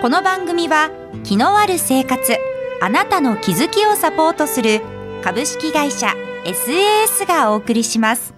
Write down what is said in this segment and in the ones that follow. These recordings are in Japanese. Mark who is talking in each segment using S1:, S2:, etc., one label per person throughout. S1: この番組は気のある生活あなたの気づきをサポートする株式会社 SAS がお送りします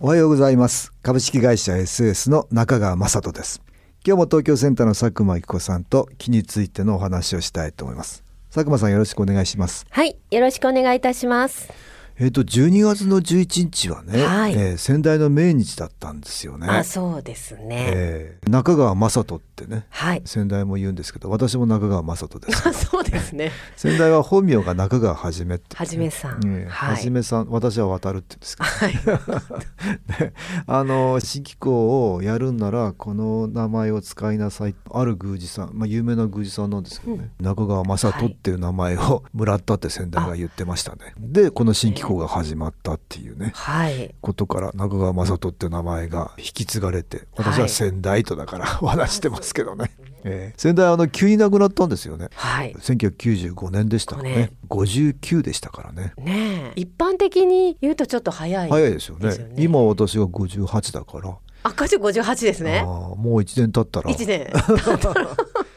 S2: おはようございます株式会社 SS の中川雅人です今日も東京センターの佐久間由紀子さんと気についてのお話をしたいと思います佐久間さんよろしくお願いします
S3: はい、よろしくお願いいたします。
S2: えっ、と12月の11日はね、
S3: はい
S2: えー先代の命日だったんですよね
S3: あ、そうですね。
S2: えー中川雅人ってね
S3: はい。
S2: 先代も言うんですけど私も中川雅人です
S3: あ、そうですね。
S2: 先代は本名が中川はじめって
S3: はじめさ。
S2: うんん
S3: は
S2: はじ
S3: い。
S2: めさん私は渡るって言うんですけど
S3: はい。
S2: ねあの新機構をやるんならこの名前を使いなさいある宮司さん、まあ、有名な宮司さんなんですけどね、中川雅人っていう名前をもらったって先代が言ってましたねでこの新機構が始まったっていうね
S3: はい。
S2: ことから中川雅人っていう名前が引き継がれて私は先代とだから お話してますけどね、えー先代あの急に亡くなったんですよね
S3: はい。
S2: 1995年でしたね59でしたからね
S3: ねえ、一般的に言うとちょっと早い。
S2: 早いですよね
S3: ですよね
S2: 今私が58だから
S3: 赤字五十八です
S2: あ
S3: ね。
S2: ーもう1年経ったら
S3: 一年。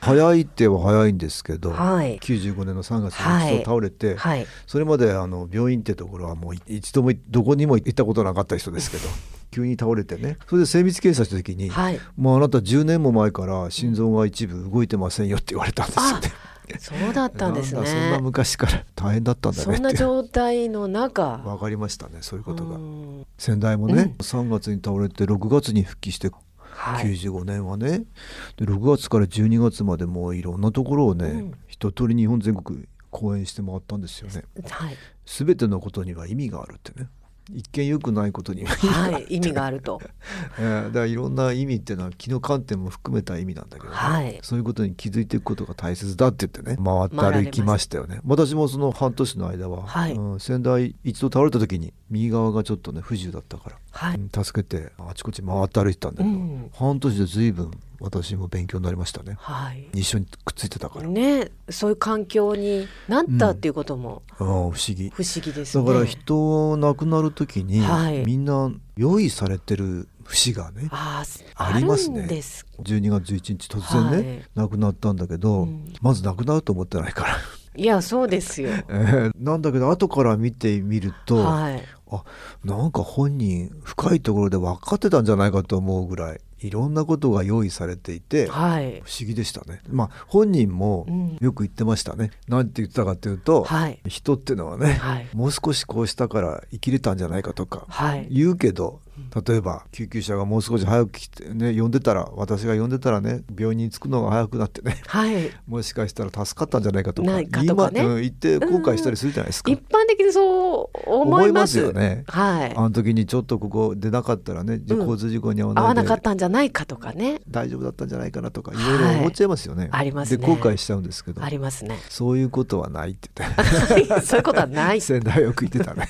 S2: 早いって言えば早いんですけど、
S3: はい。
S2: 95年の3月
S3: は
S2: に
S3: い
S2: 一度倒れて、
S3: はい。
S2: それまであの病院ってところはもう一度もどこにも行ったことなかった人ですけ ど急に倒れてねそれで精密検査した時に、
S3: はい。
S2: もうあなた10年も前から心臓が一部動いてませんよって言われたんですよね。
S3: そうだったんです
S2: なんだそんな
S3: ね。
S2: 昔から大変だったんだ
S3: そ
S2: ね
S3: ん
S2: っ
S3: な
S2: て。
S3: 状態の中。
S2: わかりましたねそういうことが
S3: うん
S2: 先代もね、3月に倒れて6月に復帰して
S3: はい。
S2: 95年はねで6月から12月までもういろんなところをね、
S3: うん
S2: 一通り日本全国講演して回ったんですよね
S3: はい。
S2: 全てのことには意味があるってね一見良くないことには 意味がある、
S3: はい。意味があると。
S2: えーだからいろんな意味っていうのは気の観点も含めた意味なんだけどね、
S3: はい。
S2: そういうことに気づいていくことが大切だって言ってね回って歩きましたよね私もその半年の間は、
S3: はい
S2: うん先代一度倒れた時に右側がちょっとね不自由だったから、
S3: はい。
S2: うん助けてあちこち回って歩いてたんだ
S3: う
S2: けど、
S3: ん。
S2: 半年で随分私も勉強になりましたね
S3: はい。
S2: 一緒にくっついてたから、
S3: ね、そういう環境になったっていうことも
S2: ああ不思議
S3: 不思議です
S2: だ
S3: ね。
S2: から人が亡くなる時に、
S3: はい
S2: みんな用意されてる節がね
S3: あ
S2: あ
S3: あ
S2: りますね
S3: あるんです
S2: 12月11日突然ね、亡くなったんだけど、
S3: うん
S2: まず亡くなると思ってない から
S3: いやそうですよ。
S2: えーなんだけど後から見てみると、
S3: はい。
S2: あなんか本人深いところで分かってたんじゃないかと思うぐらいいろんなことが用意されていて、
S3: はい。
S2: 不思議でしたね。まあ本人も
S3: うん
S2: よく言ってましたね。なんて言ってたかっていうと、
S3: はい。
S2: 人っていうのはね、
S3: はい
S2: もう少しこうしたから生きれたんじゃないかとか
S3: はい。
S2: 言うけど例えば救急車がもう少し早く来てね呼んでたら私が呼んでたらね病院に着くのが早くなって ね
S3: はい。
S2: もしかしたら助かったんじゃないかとか
S3: ないかとかね
S2: 今、うん言って後悔したりするじゃないですか
S3: 一。般的にそう思います
S2: 思いますよね
S3: はい
S2: あ。の時にちょっとここ出なかったらね
S3: うん
S2: 交通事故に遭わ
S3: 合
S2: な
S3: わ
S2: いで、
S3: なかったんじゃないかとかね。
S2: 大丈夫だったんじゃないかなとかいろいろ思っちゃいますよね。
S3: はいありますね
S2: で後悔しちゃうんですけど
S3: ありますね。
S2: そういうことはないって言って
S3: そういうことはない。
S2: 先代よく言ってたね。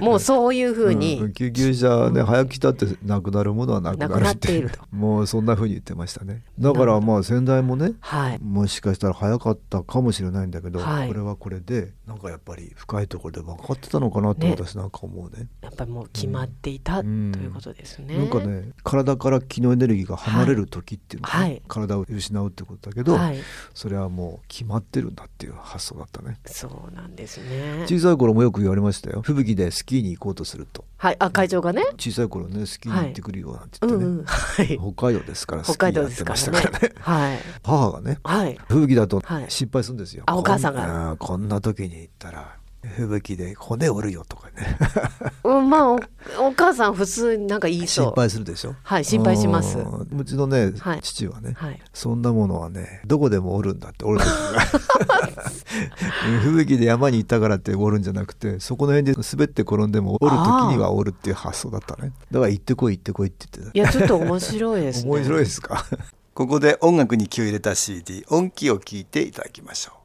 S3: もうそういうふう
S2: う
S3: に
S2: ん。救急車ね早く来たってなくなるものはなくなる
S3: なくなっていると
S2: もうそんな風に言ってましたね。だからまあ先代もね。
S3: はい。
S2: もしかしたら早かったかもしれないんだけど、
S3: はい
S2: これはこれでなんかやっぱり深いところで分かってたのかなって
S3: ね
S2: 私なんか思うね
S3: やっぱりもう決まっていたということですね。
S2: なんか。ね体から気のエネルギーが離れる時っていうのはね、
S3: はい
S2: 体を失うってことだけど、
S3: はい。
S2: それはもう決まってるんだっていう発想だったね
S3: そうなんですね。
S2: 小さい頃もよく言われましたよ吹雪でスキーに行こうとすると
S3: はい。あ会長がね。
S2: 小さい頃ねスキーに行ってくるよなんて
S3: う
S2: 言っ
S3: ん
S2: てね、
S3: うん。はい。
S2: 北海道ですから
S3: 北
S2: スキー
S3: 海
S2: や
S3: 道
S2: っ
S3: で
S2: て
S3: す
S2: ま
S3: か
S2: し
S3: ら
S2: た
S3: ね
S2: からね。
S3: はい。
S2: 母がね
S3: はい。
S2: 吹雪だと
S3: はい
S2: 心配するんですよ、
S3: あお母さんが
S2: こんなこんな時に行ったら吹雪で骨折るよとかね
S3: うん、まあお、お母さん普通になんか言いそう。
S2: 心配するでしょ
S3: はい心配します
S2: うんうちのね、
S3: はい
S2: 父はね、
S3: はい。
S2: そんなものはねどこでも折るんだって折るんだってうん 吹雪で山に行ったからって折るんじゃなくてそこの辺で滑って転んでも折る時には折るっていう発想だったねだから行ってこい行ってこいって言ってた
S3: いや、ちょっと面白いですね。
S2: 面白いですか
S4: ここで音楽に気を入れた CD 音気を聞いていただきましょう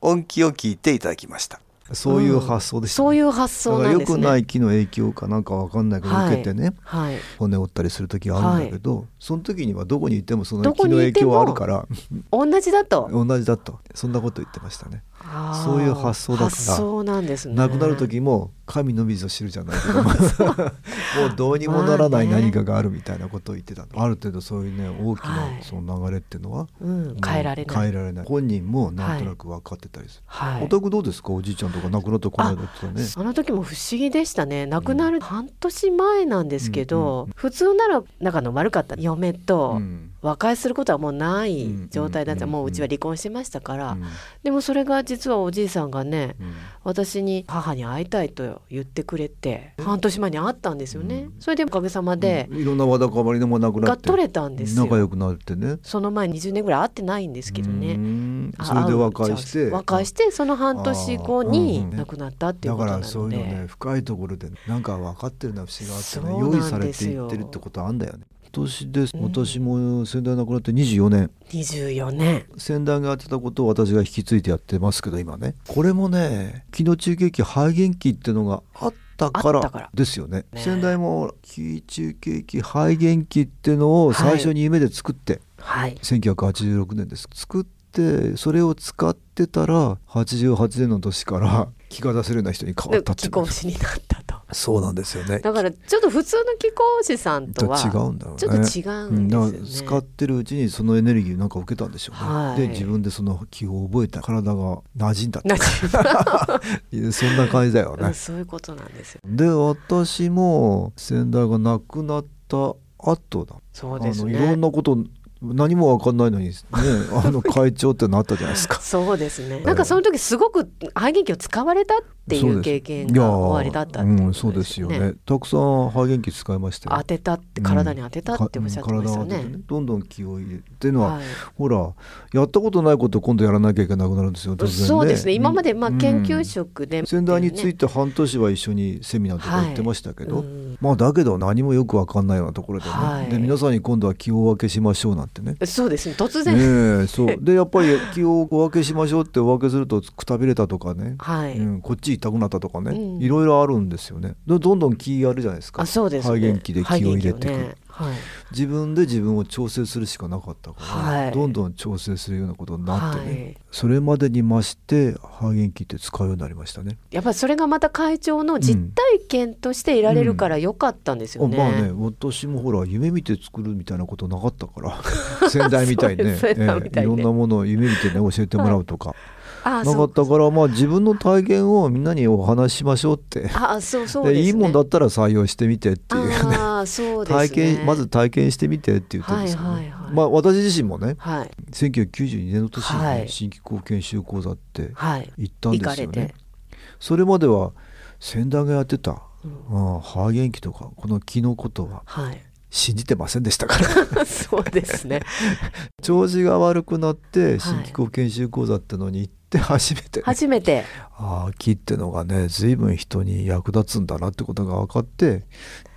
S4: 音気を聞いていただきました
S2: そういう発想でした、ね
S3: そういう発想
S2: だから
S3: なん
S2: 良
S3: です
S2: く
S3: ね。
S2: ない木の影響かなんかわかんないけど
S3: はい
S2: 受けてね、
S3: はい。
S2: 骨折ったりする時があるんだけど、その時にはどこにいてもその
S3: どこ
S2: 木
S3: に
S2: の
S3: い
S2: 影
S3: ても
S2: 響はあるから
S3: 同じだと。
S2: 同じだとそんなこと言ってましたね。
S3: あー
S2: そういう発想だから
S3: 発想なんですね。
S2: 亡くなる時も神のみぞ知るじゃないけどもうどうに もならない何かがあるみたいなことを言ってたのある程度そういうね大き
S3: は
S2: ないその流れっていうのは、
S3: うん、変えられない。
S2: 変えられない本人もなんとなく分かってたりする、
S3: はい
S2: お。宅どうですかおじいちゃんとか亡くなってこないだってたね
S3: あの時も不思議でしたね亡くなる半年前なんですけど、
S2: うんうん
S3: 普通なら仲の悪かった嫁
S2: う
S3: と
S2: ん
S3: 和解することはもうない
S2: うん
S3: 状態だった、
S2: うん
S3: もううちは離婚してましたから、
S2: うん
S3: でもそれが実はおじいさんがね
S2: うん
S3: 私に母に会いたいと言ってくれて半年前に会ったんですよね、それでおかげさまで、
S2: いろんなわだかまりでもなくな
S3: が
S2: って
S3: 取れたんですよ
S2: 仲良くなってね
S3: その前20年ぐらい会ってないんですけど
S2: う
S3: ね
S2: ん
S3: あ
S2: それで和
S3: 会う
S2: 解して
S3: 和解してその半年後
S2: あー
S3: に
S2: うんうん
S3: 亡くなったっていう
S2: だ
S3: こ
S2: か
S3: となの
S2: ら
S3: で
S2: そういうのね深いところでなんか分かってるな節があってね
S3: そう
S2: 用意
S3: な
S2: さ
S3: ん
S2: れ
S3: で
S2: て
S3: すよ
S2: いってるってことあんだよね今年です
S3: うん
S2: 私も先代亡くなって24年
S3: 24年
S2: 先代がやってたことを私が引き継いでやってますけど今ねこれもね気の中継機肺元気っていうのがあったか
S3: あったから
S2: らですよね
S3: ね
S2: 先代も気中継機肺元気っていうのを最初に夢で作って、
S3: はい
S2: 1986年です作ってそれを使ってたら88年の年から気が出せるような人に変わったってい
S3: 気
S2: うね
S3: 候士になったと
S2: そうなんですよね
S3: だからちょっと普通の気候士さんとは
S2: と違うんだろうね
S3: ちょっと違うんですよね
S2: だから使ってるうちにそのエネルギーなんか受けたんでしょうね、
S3: はい
S2: で自分でその気を覚えた体が馴染んだっ
S3: な
S2: てそんな感じだよ
S3: うん
S2: ね
S3: そういうことなんですよ
S2: で私も先代が亡くなった後だ
S3: そうです
S2: あのいろ
S3: ね
S2: んなこと何も分かんないの にねあの会長ってなったじゃないですか
S3: そうですね
S2: え
S3: なんかその時すごく肺元気を使われたってい
S2: そう
S3: う
S2: です
S3: 経験が終わりだったって
S2: いやーうん、
S3: い
S2: そうう
S3: で
S2: ですす
S3: よ
S2: よ
S3: ね
S2: ねたくさん肺元気使いましたよ
S3: 当てたって体に当てたっておっしゃってましたよ
S2: うんかうん体を当てて
S3: ね
S2: どんどん気を入れっていうのは、
S3: はい
S2: ほらやったことないことを今度やらなきゃいけなくなるんですよ当然ね
S3: そうですね今までまあ
S2: うん
S3: 研究職で
S2: 先代について
S3: て
S2: 半年は一緒にセミナーとか行ってましたけど、
S3: うん
S2: まあだけど何もよくわかんないようなところでね、
S3: はい
S2: で皆さんに今度は気をお分けしましょうなんてね
S3: そうですね突然
S2: ねえ そうでやっぱり気をお分けしましょうってお分けするとくたびれたとかね
S3: はい、
S2: うん、こっち痛くなったとかね、
S3: うん
S2: いろいろあるんですよねでどんどん気やるじゃないですか
S3: あそうですね
S2: 肺元気で気を入れていく、
S3: 肺元気をねはい
S2: 自分で自分を調整するしかなかったから、
S3: はい
S2: どんどん調整するようなことになってね、
S3: はい
S2: それまでに増して肺元気って使うようになりましたね
S3: やっぱりそれがまた会長の実体験としていられるから良かったんですよね。
S2: あまあね私もほら夢見て作るみたいなことなかったから 先代みたいにね
S3: そうです先代みたい
S2: い
S3: にね
S2: ろんなものを夢見てね教えてもらうとか、
S3: ああ
S2: な
S3: そ
S2: か
S3: う
S2: ったからまあ自分の体験をみんなにお話ししましょうって
S3: ああそうそうですね。
S2: いいもんだったら採用してみてっていうね
S3: ああそうですね。
S2: 体験まず体験してみてって言ってるんですよね、
S3: はいはいはい
S2: まあ私自身もね
S3: はい
S2: 1992年の年にね、
S3: はい
S2: 新規校研修講座って
S3: はい
S2: 行ったん
S3: 行
S2: で
S3: か
S2: す
S3: れ
S2: よ
S3: て
S2: ね。それまでは先代がやってた、
S3: うん
S2: ああ肺元気とかこの気のことは
S3: はい。
S2: 信じてませんでしたから
S3: そうですね。
S2: 調子が悪くなって
S3: い
S2: 新規校研修講座ってのに行っって初めてね、
S3: 初めて
S2: ああ木ってのがね随分人に役立つんだなってことが分かって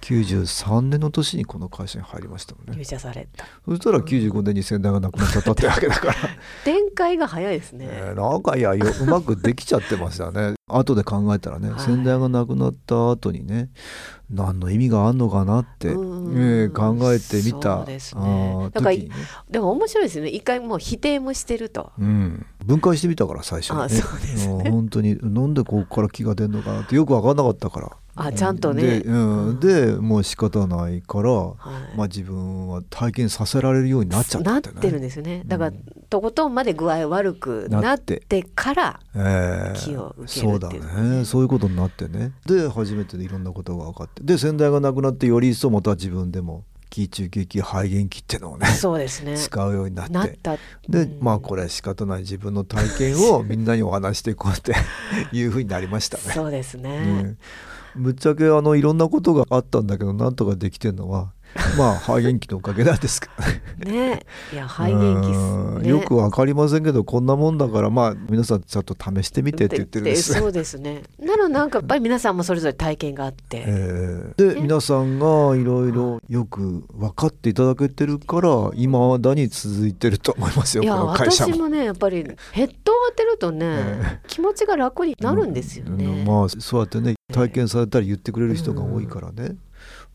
S2: 93年の年にこの会社に入りましたもん
S3: 入
S2: ね
S3: 社された
S2: そしたら95年に先代が亡くなっちゃったってわけだから、
S3: 展開が早いですね、
S2: えーなんかいやようまくできちゃってましたね 後で考えたらね、
S3: はい
S2: 先代が亡くなった後にね何の意味があんのかなって、え
S3: うん
S2: ー考えてみた
S3: そうですね
S2: あー
S3: だから
S2: 時にね、
S3: でも面白いですね一回もう否定もしてると
S2: うん、分解してみたから最初に、ね、
S3: あそうですね
S2: もう本当になんでここから木が出るのかなってよく分かんなかったから。
S3: あちゃんとね
S2: で,、うん、でもう仕方ないから、
S3: はい
S2: まあ、自分は体験させられるようになっちゃった
S3: なっ
S2: って、ね、
S3: てるんですよねだから、
S2: うん
S3: とことんまで具合悪くな
S2: な
S3: っ
S2: って
S3: てから
S2: ええ
S3: 気を受ける
S2: そう
S3: っ
S2: だ
S3: ていう
S2: ねそういうことになってねで初めてでいろんなことが分かってで先代が亡くなってより一層また自分でも気中気気肺元気ってのをね
S3: そうです ね
S2: 使うようになって
S3: なった
S2: で、
S3: うん
S2: まあこれは仕方ない自分の体験 をみんなにお話していこうっていうふうになりましたね。
S3: そうですね、
S2: ねぶっちゃけあのいろんなことがあったんだけどなんとかできてるのはまあ肺元気のおかげなんですけどね。
S3: ねいや肺元気っ
S2: う
S3: す
S2: ん
S3: ね
S2: よくわかりませんけどこんなもんだからまあ皆さんちょっと試してみてって言ってるんです。
S3: そうですねなのなんかやっぱり皆さんもそれぞれ体験があって、
S2: えーで皆さんがいろいろよく分かっていただけてるから今だに続いてると思いますよ
S3: い
S2: こ
S3: や
S2: の会社
S3: 私
S2: も。
S3: もねやっぱりヘッドを当てるとね、
S2: え
S3: 気持ちが楽になるんですよね、
S2: うんまあそうやってね体験されたり言ってくれる人が多いからね、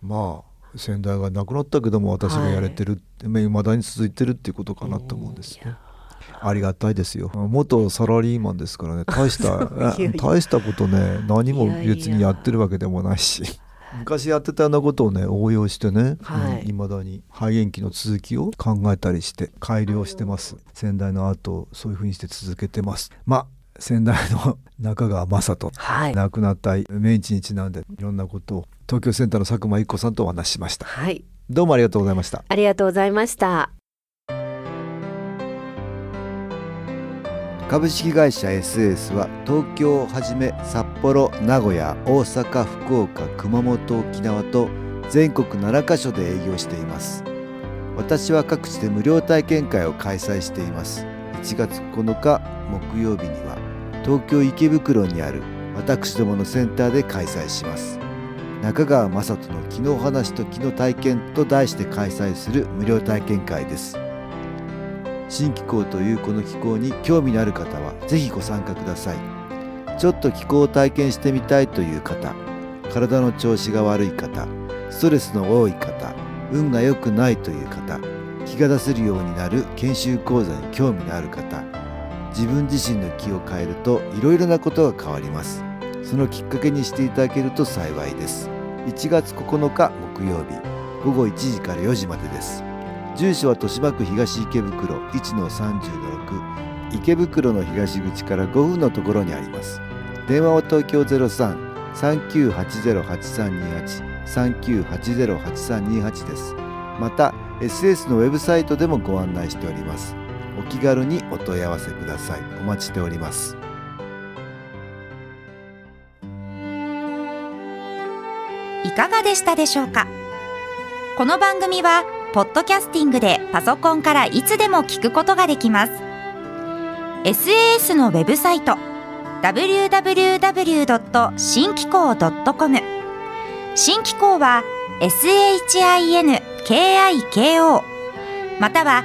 S2: まあ先代が亡くなったけども私がやれてるって、まあ未だに続いてるっていうことかなと思うんですね。ありがたいですよ元サラリーマンですからね大した
S3: いやいや
S2: 大したことね何も別にやってるわけでもないし。昔やってたようなことをね応用してね、
S3: は
S2: うん
S3: い
S2: 未だに肺炎期の続きを考えたりして改良してます先代のアートをそういう風にして続けてますまあ先代の中川雅人
S3: はい
S2: 亡くなった命日にちなんでいろんなことを東京センターの佐久間一子さんとお話ししました
S3: はい
S2: どうもありがとうございました
S3: ありがとうございました
S4: 株式会社 SS は東京をはじめ札幌名古屋大阪福岡熊本沖縄と全国7カ所で営業しています私は各地で無料体験会を開催しています1月9日木曜日には東京池袋にある私どものセンターで開催します中川雅人の「気の話と気の体験」と題して開催する無料体験会です新気候というこの気候に興味のある方はぜひご参加くださいちょっと気候を体験してみたいという方体の調子が悪い方ストレスの多い方運が良くないという方気が出せるようになる研修講座に興味のある方自分自身の気を変えるといろいろなことが変わりますそのきっかけにしていただけると幸いです1月9日木曜日午後1時から4時までです住所は豊島区東池袋1の30-6池袋の東口から5分のところにあります電話は東京03-3980-8328 3980-8328ですまた SS のウェブサイトでもご案内しておりますお気軽にお問い合わせくださいお待ちしております
S1: いかがでしたでしょうかこの番組はポッドキャスティングでパソコンからいつでも聞くことができます SAS のウェブサイト www. 新機構 .com 新機構は SHINKIKO または